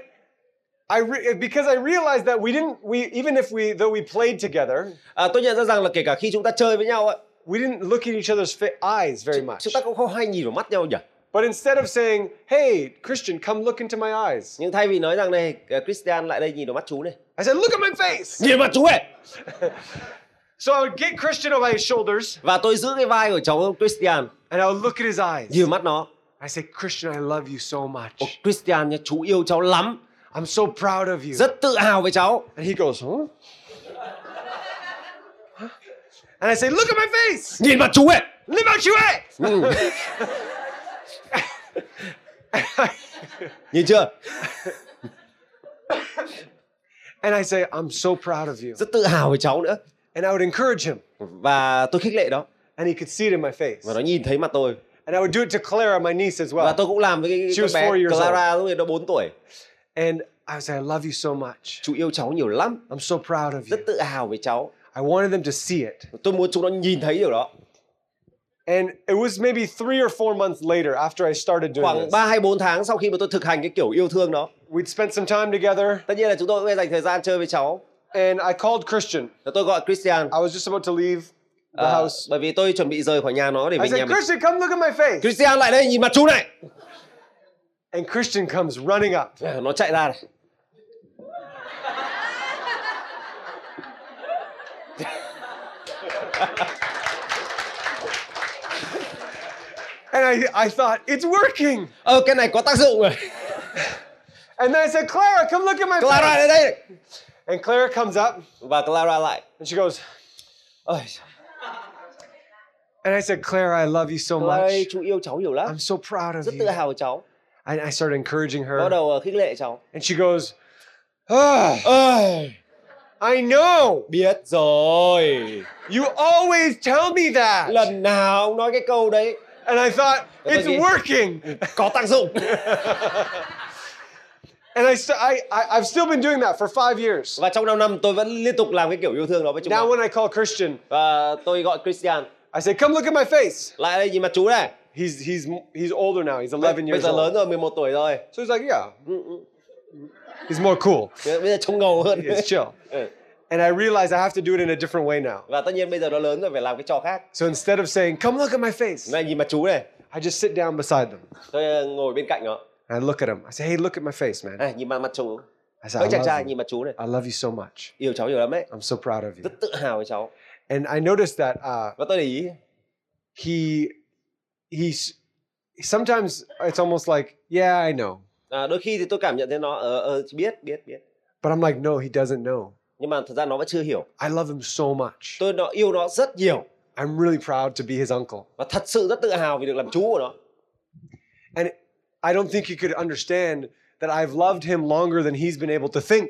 I re- because I realized that we didn't we even if we though we played together,
à, tôi nhận ra rằng là kể cả khi chúng ta chơi với nhau ấy
we didn't look at each other's fa- eyes very much.
chúng ta cũng không hay nhìn vào mắt nhau nhỉ
But instead of saying, "Hey, Christian, come look into my eyes,"
nhưng thay vì nói rằng này ờ, Christian lại đây nhìn vào mắt chú này
I said, "Look at my face."
nhìn vào mặt chú ấy
So I would get Christian over his shoulders
và tôi giữ cái vai của cháu Christian
and I would look at his eyes.
nhìn vào mắt nó
I say, Christian, I love you so much.
Ô, Christian nhá chú yêu cháu lắm
I'm so proud of you.
rất tự hào với cháu
And he goes, huh? Huh? And I say, look at my face.
nhìn vào chú ấy
Look at you at.
nhìn chưa
And I say, I'm so proud of you.
rất tự hào với cháu nữa
And I would encourage him.
và tôi khích lệ nó
And he could see it in my face.
và nó nhìn thấy mặt tôi
And I would do it to Clara, my niece, as
và
well.
tôi cũng làm với cái
She
con
was
bé
four years
Clara lúc ấy nó 4 tuổi
And I would say, I love you so much.
chú yêu cháu nhiều lắm
I'm so proud of
rất
you.
tự hào với cháu
I wanted them to see it.
tôi muốn chúng nó nhìn thấy điều đó
And it was maybe three or four months later after I started doing
khoảng
this.
3 hay 4 tháng sau khi mà tôi thực hành cái kiểu yêu thương đó
We'd spent some time together.
tất nhiên là chúng tôi cũng phải dành thời gian chơi với cháu
And I called Christian.
Rồi tôi gọi Christian
I was just about to leave the
ờ,
house.
bởi vì tôi chuẩn bị rời khỏi nhà nó để
I
về nhà
said,
mình
Christian, come look at my face.
Christian lại đây nhìn mặt chú này
And Christian comes running up.
nó chạy ra này
And I, I thought, it's working.
ờ cái này có tác dụng rồi
And then I said, Clara, eh? come look at my face.
Clara lại đây này.
And Clara comes up
và Clara lại
and she goes,
ôi
and I said, Clara, I love you so
Clara ơi,
much.
chú yêu cháu nhiều lắm
I'm so proud of
rất tự
you.
hào cháu
And I started encouraging
bắt
her.
đầu ờ, khích lệ cháu
And she goes, ah,
ơi
I know.
biết rồi
You always tell me that.
lần nào ông nói cái câu đấy
And I thought,
That's
it's
okay.
working.
có tác dụng
And I, st- I, I, I've still been doing that for five years.
và trong 5 năm tôi vẫn liên tục làm cái kiểu yêu thương đó với chúng
Now,
nó
when I call Christian,
và tôi gọi Christian
I say, come look at my face.
lại đây nhìn mặt chú này
He's, he's, he's older now. He's 11
bây
years
giờ lớn
old.
rồi 11 tuổi rồi
So he's like, yeah. He's more cool.
bây giờ trông ngầu hơn
It's chill.
Ừ.
And I realized I have to do it in a different way now.
và tất nhiên bây giờ nó lớn rồi phải làm cái trò khác
So instead of saying, come look at my face,
này nhìn mặt chú này
I just sit down beside them.
tôi ờ, ngồi bên cạnh nó
And I look at them. I say, hey, look at my face, man.
này nhìn mặt mặt chú
I
Mấy
say,
chàng
I
trai
love you.
nhìn mặt chú này
I love you so much.
yêu cháu nhiều lắm đấy
I'm so proud of you.
rất tự hào với cháu
And I noticed that uh,
và tôi để ý
he, he's, sometimes it's almost like, yeah, I know.
à, đôi khi thì tôi cảm nhận thấy nó ờ ờ biết biết biết
But I'm like, no, he doesn't know.
nhưng mà thật ra nó vẫn chưa hiểu
I love him so much.
tôi nó yêu nó rất nhiều
I'm really proud to be his uncle.
và thật sự rất tự hào vì được làm chú của nó
And I don't think he could understand that I've loved him longer than he's been able to think.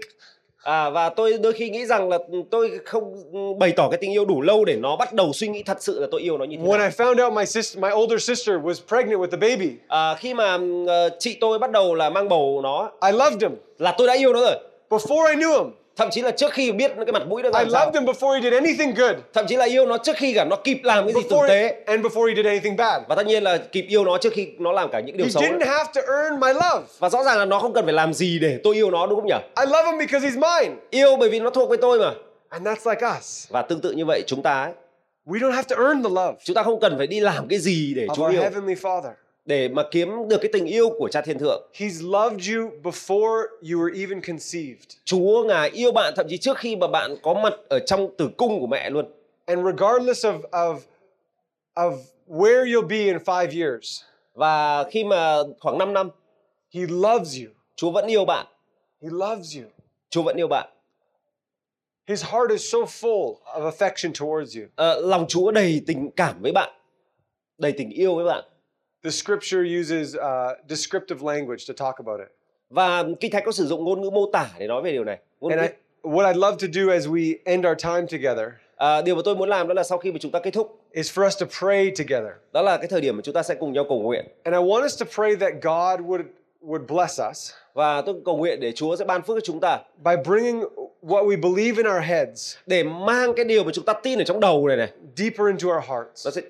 À, và tôi đôi khi nghĩ rằng là tôi không ừ, bày tỏ cái tình yêu đủ lâu để nó bắt đầu suy nghĩ thật sự là tôi yêu nó như thế
When
nào.
I found out my sister, my older sister was pregnant with a baby,
À, khi mà ờ, chị tôi bắt đầu là mang bầu nó
I loved him
là tôi đã yêu nó rồi.
before I knew him.
Thậm chí là trước khi biết cái mặt mũi nó
I
làm sao.
loved him before he did anything good.
Thậm chí là yêu nó trước khi cả nó kịp làm cái gì tử
Before
tế.
and before he did anything bad.
Và tất nhiên là kịp yêu nó trước khi nó làm cả những điều
He
xấu.
didn't
nữa.
have to earn my love.
Và rõ ràng là nó không cần phải làm gì để tôi yêu nó đúng không nhỉ?
I love him because he's mine.
Yêu bởi vì nó thuộc với tôi mà.
And that's like us.
Và tương tự như vậy chúng ta ấy,
We don't have to earn the love
chúng ta không cần phải đi làm cái gì để
of
Chúa
our
yêu
heavenly Father.
để mà kiếm được cái tình yêu của Cha Thiên Thượng.
He's loved you before you were even conceived.
Chúa ngài yêu bạn thậm chí trước khi mà bạn có mặt ở trong tử cung của mẹ luôn.
And regardless of of of where you'll be in 5 years,
Và khi mà khoảng 5 năm,
he loves you.
Chúa vẫn yêu bạn.
He loves you.
Chúa vẫn yêu bạn.
His heart is so full of affection towards you.
Ờ, lòng Chúa đầy tình cảm với bạn, đầy tình yêu với bạn.
The scripture uses uh, descriptive language to talk about it.
Và Kinh Thánh có sử dụng ngôn ngữ mô tả để nói về điều này. Ngôn
And
ngữ,
I, what I'd love to do as we end our time together
à, điều mà tôi muốn làm đó là sau khi mà chúng ta kết thúc,
is for us to pray together.
đó là cái thời điểm mà chúng ta sẽ cùng nhau cầu nguyện.
And I want us to pray that God would would bless us
Và tôi cầu nguyện để Chúa sẽ ban phước cho chúng ta
by bringing what we believe in our heads
để mang cái điều mà chúng ta tin ở trong đầu này này,
deeper into our hearts.
nó sẽ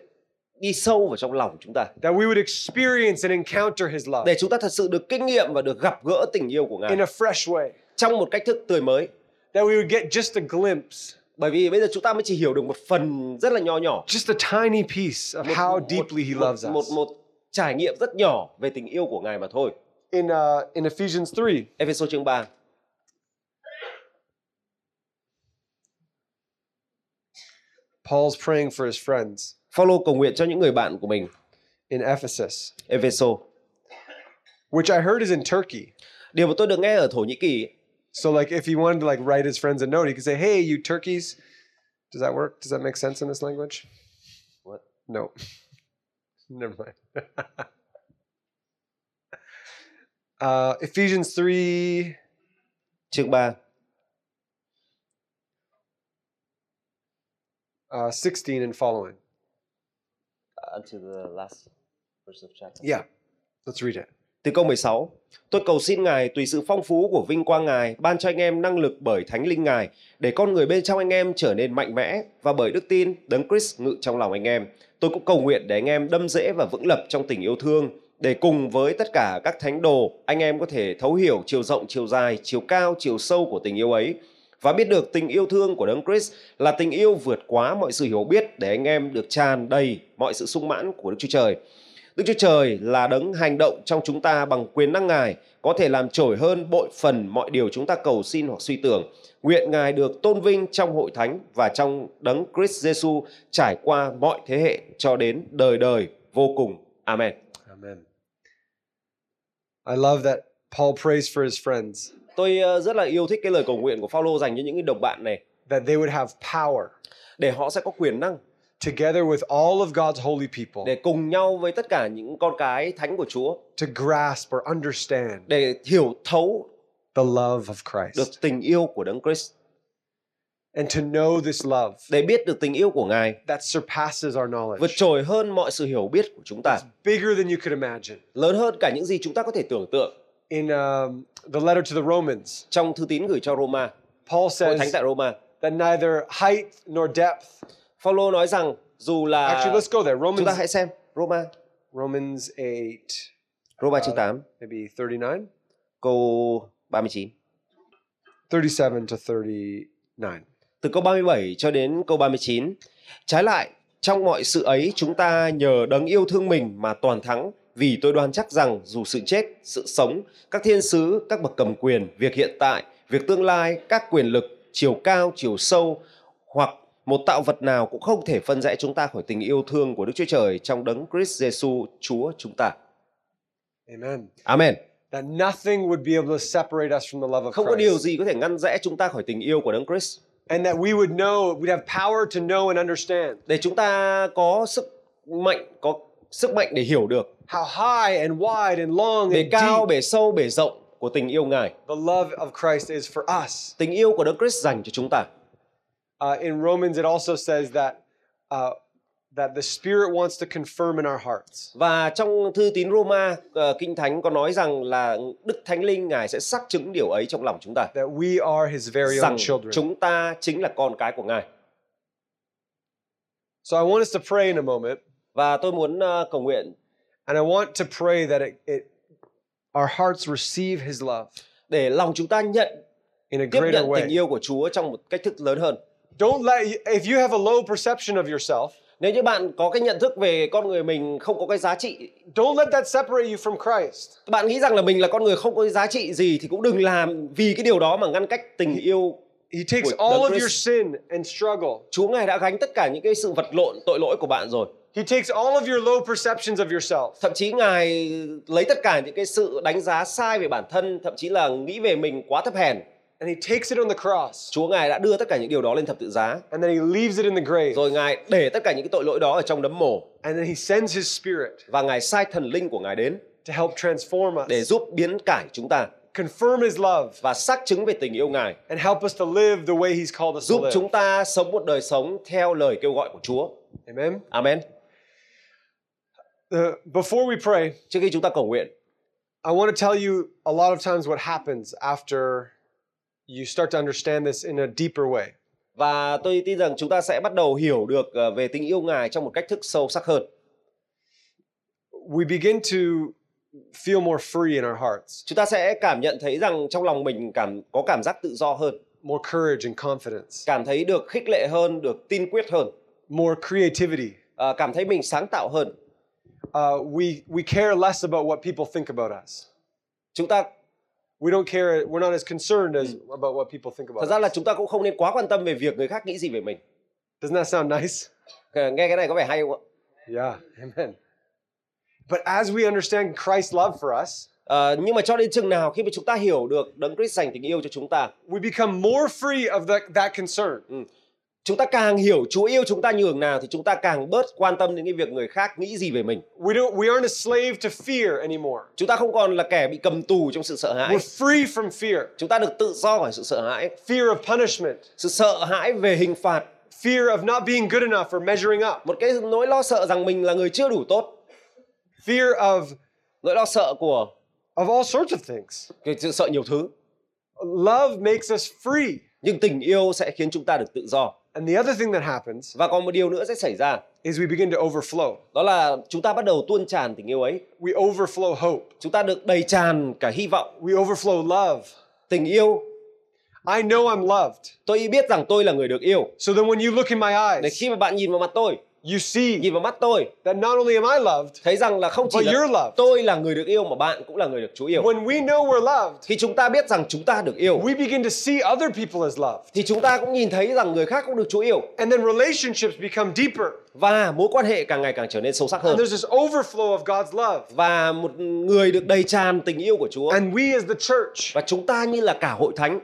đi sâu vào trong lòng chúng ta.
That we would experience and encounter his love
để chúng ta thật sự được kinh nghiệm và được gặp gỡ tình yêu của Ngài
in a fresh way.
trong một cách thức tươi mới.
That we would get just a glimpse,
Bởi vì bây giờ chúng ta mới chỉ hiểu được một phần rất là nho nhỏ,
just a tiny piece of
một,
how
một,
deeply he
một,
loves
một,
us.
một trải nghiệm rất nhỏ về tình yêu của Ngài mà thôi.
In uh, in Ephesians 3,
Ephesos chương 3.
Paul's praying for his friends
Phaolô cầu nguyện cho những người bạn của mình.
in Ephesus,
Ephesos.
which I heard is in Turkey.
Điều mà tôi được nghe ở Thổ Nhĩ Kỳ ấy,
So like if he wanted to like write his friends a note, he could say, "Hey, you turkeys." Does that work? Does that make sense in this language?
What?
No. Never mind. uh, Ephesians 3
chương 3
uh, 16 and following.
until the last verse of chapter.
Yeah. Let's read it.
Từ câu 16, tôi cầu xin Ngài tùy sự phong phú của vinh quang Ngài ban cho anh em năng lực bởi Thánh Linh Ngài để con người bên trong anh em trở nên mạnh mẽ và bởi đức tin đấng Christ ngự trong lòng anh em. Tôi cũng cầu nguyện để anh em đâm rễ và vững lập trong tình yêu thương để cùng với tất cả các thánh đồ anh em có thể thấu hiểu chiều rộng, chiều dài, chiều cao, chiều sâu của tình yêu ấy và biết được tình yêu thương của đấng Christ là tình yêu vượt quá mọi sự hiểu biết để anh em được tràn đầy mọi sự sung mãn của Đức Chúa Trời. Đức Chúa Trời là đấng hành động trong chúng ta bằng quyền năng Ngài, có thể làm trỗi hơn bội phần mọi điều chúng ta cầu xin hoặc suy tưởng. Nguyện Ngài được tôn vinh trong hội thánh và trong đấng Christ Jesus trải qua mọi thế hệ cho đến đời đời vô cùng. Amen.
Amen. I love that Paul prays for his friends
Tôi ờ, rất là yêu thích cái lời cầu nguyện của Phaolô dành cho những cái đồng bạn này
that they would have power
để họ sẽ có quyền năng
together with all of God's holy people
để cùng nhau với tất cả những con cái thánh của Chúa
to grasp or understand
để hiểu thấu
the love of
được
Christ
tình yêu của đấng Christ,
and to know this love
để biết được tình yêu của Ngài
that surpasses our
vượt
knowledge.
trội hơn mọi sự hiểu biết của chúng ta.
Bigger than you could imagine.
lớn hơn cả những gì chúng ta có thể tưởng tượng
In um, the letter to the Romans,
trong thư tín gửi cho Roma,
Paul
hội thánh
says
tại Roma.
that neither height nor depth.
Phaolô nói rằng dù là
Actually, let's go there.
chúng ta
Romans
hãy xem Roma,
Romans 8,
Roma chương 8,
maybe 39,
câu 39.
37 to 39.
Từ câu 37 cho đến câu 39. Trái lại, trong mọi sự ấy chúng ta nhờ đấng yêu thương mình mà toàn thắng vì tôi đoan chắc rằng dù sự chết, sự sống, các thiên sứ, các bậc cầm quyền, việc hiện tại, việc tương lai, các quyền lực, chiều cao, chiều sâu hoặc một tạo vật nào cũng không thể phân rẽ chúng ta khỏi tình yêu thương của Đức Chúa Trời trong đấng Christ Jesus Chúa chúng ta.
Amen.
Amen.
That nothing would be able to separate us from the love of
Không có điều
Christ.
gì có thể ngăn rẽ chúng ta khỏi tình yêu của đấng Christ.
And that we would know, we'd have power to know and understand
Để chúng ta có sức mạnh, có sức mạnh để hiểu được
how high and wide and long
bề
and
cao
deep
bề sâu bề rộng của tình yêu Ngài.
The love of Christ is for us.
Tình yêu của Đức Christ dành cho chúng ta.
Uh, in Romans, it also says that uh, that the Spirit wants to confirm in our hearts.
Và trong thư tín Roma, ờ, Kinh Thánh có nói rằng là Đức Thánh Linh Ngài sẽ xác chứng điều ấy trong lòng chúng ta.
that we are his very own
Rằng
children.
chúng ta chính là con cái của Ngài.
So I want us to pray in a moment,
Và tôi muốn ờ, cầu nguyện
and I want to pray that it, it our hearts receive his love
để lòng chúng ta nhận
in a
tiếp
greater
nhận tình
way.
yêu của Chúa trong một cách thức lớn hơn.
Don't let if you have a low perception of yourself,
Nếu như bạn có cái nhận thức về con người mình không có cái giá trị,
don't let that separate you from Christ.
bạn nghĩ rằng là mình là con người không có cái giá trị gì thì cũng đừng làm vì cái điều đó mà ngăn cách tình yêu.
He takes
Của
all of
Đấng
your
Christ.
sin and struggle.
Chúa Ngài đã gánh tất cả những cái sự vật lộn tội lỗi của bạn rồi.
He takes all of your low perceptions of yourself
thậm chí ngài lấy tất cả những cái sự đánh giá sai về bản thân thậm chí là nghĩ về mình quá thấp hèn
and he takes it on the cross
chúa ngài đã đưa tất cả những điều đó lên thập tự giá
and then he leaves it in the grave
rồi ngài để tất cả những cái tội lỗi đó ở trong đấm mồ
and then he sends his spirit
và ngài sai thần linh của ngài đến
to help transform
để
us,
giúp biến cải chúng ta
confirm his love
và xác chứng về tình yêu ngài
and help us to live the way he's called us to
giúp
live.
chúng ta sống một đời sống theo lời kêu gọi của chúa
Amen.
amen
Uh, before we pray,
trước khi chúng ta cầu nguyện
I want to tell you a lot of times what happens after you start to understand this in a deeper way.
và tôi tin rằng chúng ta sẽ bắt đầu hiểu được ờ, về tình yêu ngài trong một cách thức sâu sắc hơn
We begin to feel more free in our hearts,
chúng ta sẽ cảm nhận thấy rằng trong lòng mình cảm có cảm giác tự do hơn
more courage and confidence,
cảm thấy được khích lệ hơn, được tin quyết hơn,
more creativity.
à, cảm thấy mình sáng tạo hơn.
Uh, we, we care less about what people think about us.
Chúng ta
We don't care, we're not as concerned as about what people think
Hmm. thật
about
ra
us.
là chúng ta cũng không nên quá quan tâm về việc người khác nghĩ gì về mình.
Doesn't that sound nice?
À, Nghe cái này có vẻ hay không ạ?
Yeah, amen. But as we understand Christ's love for us,
À, nhưng mà cho đến chừng nào khi mà chúng ta hiểu được đấng Christ dành tình yêu cho chúng ta,
we become more free of that, that concern.
chúng ta càng hiểu Chúa yêu chúng ta nhường nào thì chúng ta càng bớt quan tâm đến cái việc người khác nghĩ gì về mình.
We don't we aren't a slave to fear anymore.
Chúng ta không còn là kẻ bị cầm tù trong sự sợ hãi.
We're free from fear.
Chúng ta được tự do khỏi sự sợ hãi,
Fear of punishment,
sự sợ hãi về hình phạt,
fear of not being good enough or measuring up,
một cái nỗi lo sợ rằng mình là người chưa đủ tốt,
fear of
nỗi lo sợ của
of all sorts of things.
cái sự sợ nhiều thứ.
Love makes us free.
Nhưng tình yêu sẽ khiến chúng ta được tự do.
And the other thing that happens
Và còn một điều nữa sẽ xảy ra,
is we begin to overflow.
đó là chúng ta bắt đầu tuôn tràn tình yêu ấy.
We overflow hope.
Chúng ta được đầy tràn cả hy vọng,
We overflow love.
tình yêu.
I know I'm loved.
Tôi biết rằng tôi là người được yêu.
So then when you look in my
Để
eyes,
khi mà bạn nhìn vào mặt tôi,
you see
nhìn vào mắt tôi,
that not only am I loved,
thấy rằng là không chỉ
But
là
you're loved.
tôi là người được yêu mà bạn cũng là người được Chúa yêu.
when we know we're loved,
Khi chúng ta biết rằng chúng ta được yêu,
we begin to see other people as loved.
thì chúng ta cũng nhìn thấy rằng người khác cũng được Chúa yêu.
And then relationships become deeper.
Và mối quan hệ càng ngày càng trở nên sâu sắc hơn.
And there's this overflow of God's love.
Và một người được đầy tràn tình yêu của Chúa.
And we as the church,
Và chúng ta như là cả hội thánh,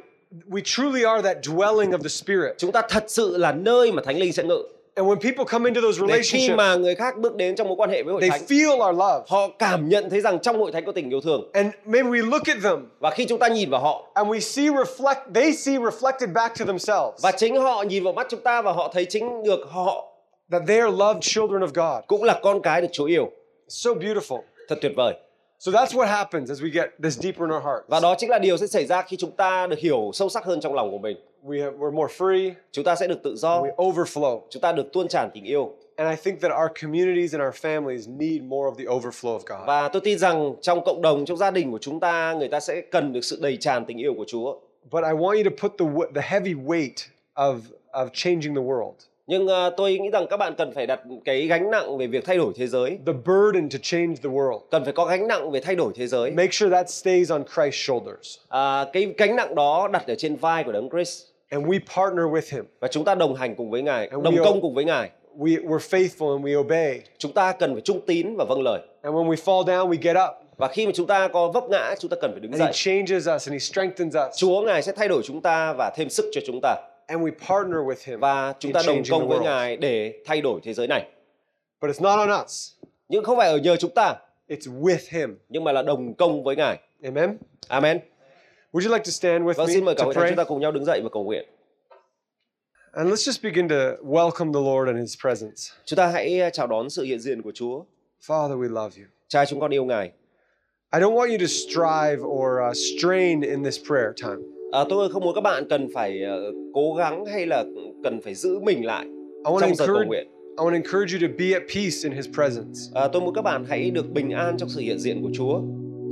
we truly are that dwelling of the Spirit.
chúng ta thật sự là nơi mà Thánh Linh sẽ ngự.
And when people come into those
Để khi
relationships,
mà người khác bước đến trong mối quan hệ với hội
they
thánh,
feel our love.
họ cảm nhận thấy rằng trong hội thánh có tình yêu thương.
And maybe we look at them
Và khi chúng ta nhìn vào họ
and we see reflect they see reflected back to themselves
và chính họ nhìn vào mắt chúng ta và họ thấy chính được họ
that they are loved children of God.
cũng là con cái được Chúa yêu.
So beautiful.
Thật tuyệt vời.
So that's what happens as we get this deeper in our hearts.
Và đó chính là điều sẽ xảy ra khi chúng ta được hiểu sâu sắc hơn trong lòng của mình.
We have, we're more free,
Chúng ta sẽ được tự do,
we overflow.
chúng ta được tuôn tràn tình yêu.
And I think that our communities and our families need more of the overflow of God.
Và tôi tin rằng trong cộng đồng, trong gia đình của chúng ta, người ta sẽ cần được sự đầy tràn tình yêu của Chúa.
But I want you to put the w- the heavy weight of of changing the world,
Nhưng ờ, tôi nghĩ rằng các bạn cần phải đặt cái gánh nặng về việc thay đổi thế giới.
the burden to change the world.
Cần phải có gánh nặng về thay đổi thế giới.
Make sure that stays on Christ's shoulders,
À, cái gánh nặng đó đặt ở trên vai của đấng Christ
and we partner with Him.
và chúng ta đồng hành cùng với ngài,
And
đồng
we are-
công cùng với ngài.
We we're faithful and we obey.
Chúng ta cần phải trung tín và vâng lời.
And when we fall down, we get up.
Và khi mà chúng ta có vấp ngã, chúng ta cần phải đứng
And He
dậy.
changes us and He strengthens us,
Chúa ngài sẽ thay đổi chúng ta và thêm sức cho chúng ta
and we partner with Him.
và chúng
in
ta đồng
changing the
công với
world.
ngài để thay đổi thế giới này.
But it's not on us;
Nhưng không phải ở nhờ chúng ta,
it's with Him.
nhưng mà là đồng công với ngài.
Amen.
Amen.
Would you like to stand with
Vâng,
me
xin mời cả
to
hội thánh
pray?
chúng ta cùng nhau đứng dậy và cầu nguyện.
And let's just begin to welcome the Lord and His presence.
Chúng ta hãy à, chào đón sự hiện diện của Chúa.
Father, we love you.
Cha chúng con yêu Ngài.
I don't want you to strive or uh, strain in this prayer time.
À, tôi không muốn các bạn cần phải ờ, cố gắng hay là cần phải giữ mình lại
I want to
trong giờ cầu
encourage.
nguyện.
I want to encourage you to be at peace in His presence.
À, tôi muốn các bạn hãy được bình an trong sự hiện diện của Chúa.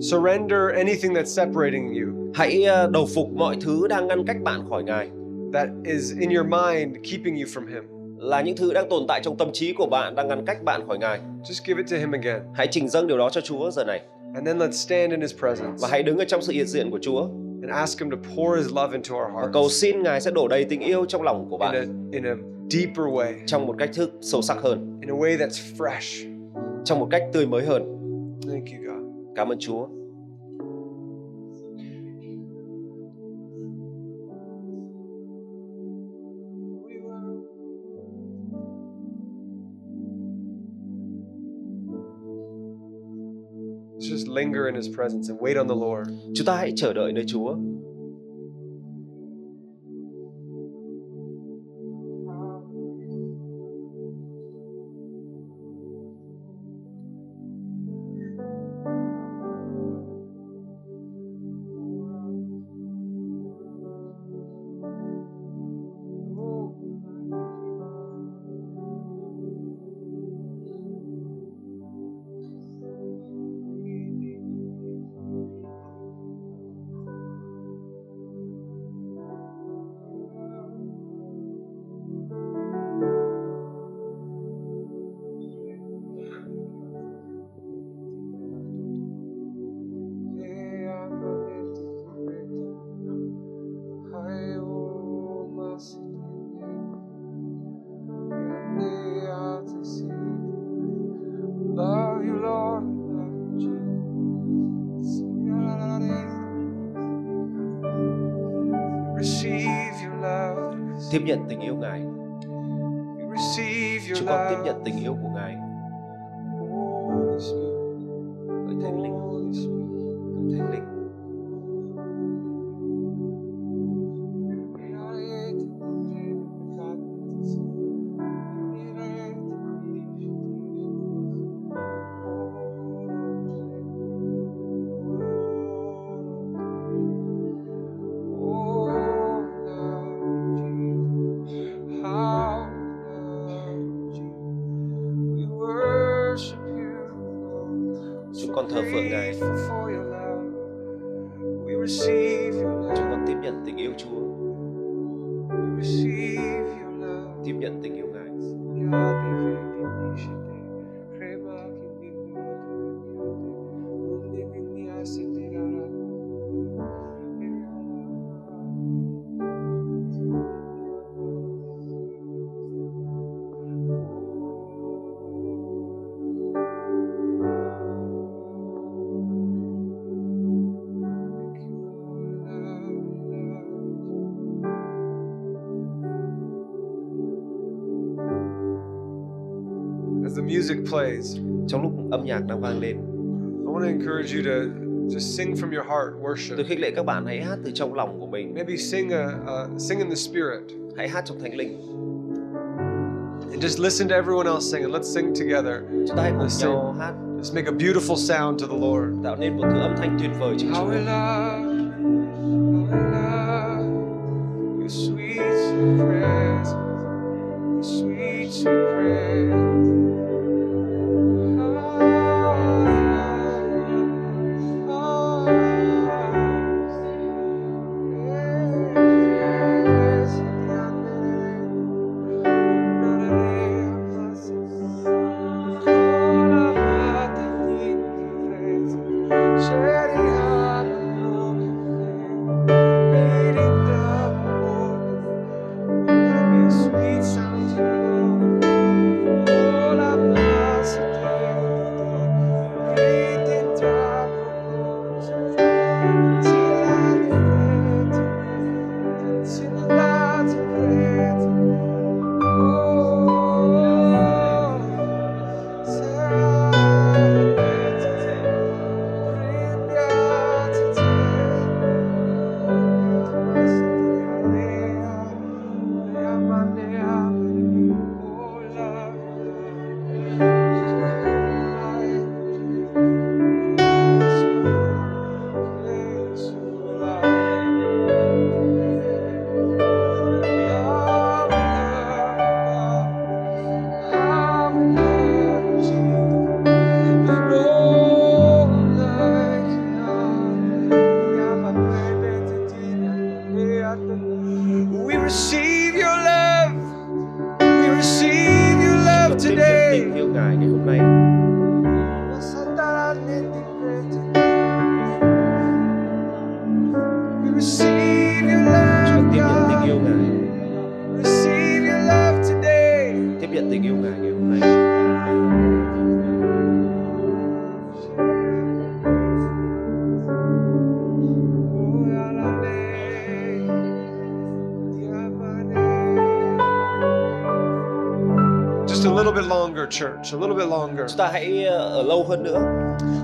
Surrender anything that's separating you,
Hãy ờ, đầu phục mọi thứ đang ngăn cách bạn khỏi Ngài,
that is in your mind keeping you from Him.
là những thứ đang tồn tại trong tâm trí của bạn đang ngăn cách bạn khỏi Ngài.
Just give it to Him again,
Hãy trình dâng điều đó cho Chúa giờ này
and then let's stand in His presence
và hãy đứng ở trong sự hiện diện của Chúa
and ask Him to pour His love into our
và cầu
hearts
xin Ngài sẽ đổ đầy tình yêu trong lòng của
in
bạn
a, in a deeper way,
trong một cách thức sâu sắc hơn,
in a way that's fresh.
trong một cách tươi mới hơn.
Thank you, God.
Cảm ơn Chúa.
Let's just linger in His presence and wait on the Lord.
Chúng ta hãy chờ đợi nơi Chúa.
Love you, Lord, love you, Jesus. Receive your love,
Tiếp nhận tình yêu Ngài.
receive your
Chúng con tiếp
love.
nhận tình yêu của Ngài.
Holy Spirit,
Hỡi Thánh Linh,
Holy Spirit,
hỡi Thánh Linh.
create in me the God that is in me. Create in me the Holy Spirit. Oh, love you, Jesus. How we love you. We worship you, Lord.
Chúng con thờ phượng Ngài.
Grateful for your love. We receive your
Chúng
love.
con tiếp nhận tình yêu Chúa,
We receive your love.
tiếp nhận tình yêu Ngài.
Yate vedi nishite, krema kindi nuote vediate, nundi vindi asite gara.
As the music plays, I
Trong lúc âm nhạc đang vang lên,
want to encourage you to just sing from your heart
tôi
worship.
khích lệ các bạn hãy hát từ trong lòng của mình,
Maybe sing a, uh, sing in the spirit,
hãy hát trong Thánh Linh.
and just listen to everyone else sing. And let's sing together.
Chúng ta hãy cùng
Let's sing.
nhau hát,
Just make a beautiful sound to the Lord.
tạo nên một thứ âm thanh tuyệt vời cho
How
Chúa.
we love, how we love your sweet sweet presence, your sweet sweet presence. How I love you, how I love you. Sweet sound to the Lord. Oh,
just a little bit longer, church. A little bit longer.
Chúng ta hãy ờ, ở lâu hơn nữa.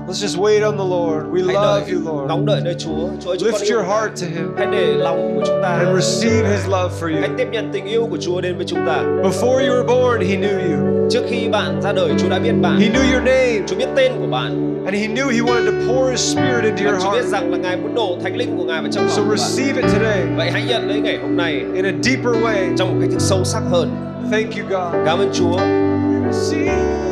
Let's just wait on the Lord. We
Hãy
love
đợi,
you, Lord.
ngóng đợi nơi Chúa. Chúa ơi, chúng con
Lift your
yêu Ngài.
heart to Him
Hãy để lòng của chúng ta
and receive His love for
Hãy
you.
tiếp nhận tình yêu của Chúa đến với chúng ta.
Before you were born, He knew you.
Trước khi bạn ra đời, Chúa đã biết bạn.
He knew your name,
Chúa biết tên của bạn.
and He knew He wanted to pour His Spirit into
Và
your
Chúa biết
heart.
rằng là Ngài muốn đổ thánh linh của Ngài vào trong
So
lòng của bạn.
receive it today
Vậy hãy nhận lấy ngày hôm nay
in a deeper way.
trong một cách thức sâu sắc hơn.
Thank you, God.
Cảm ơn Chúa.
We receive.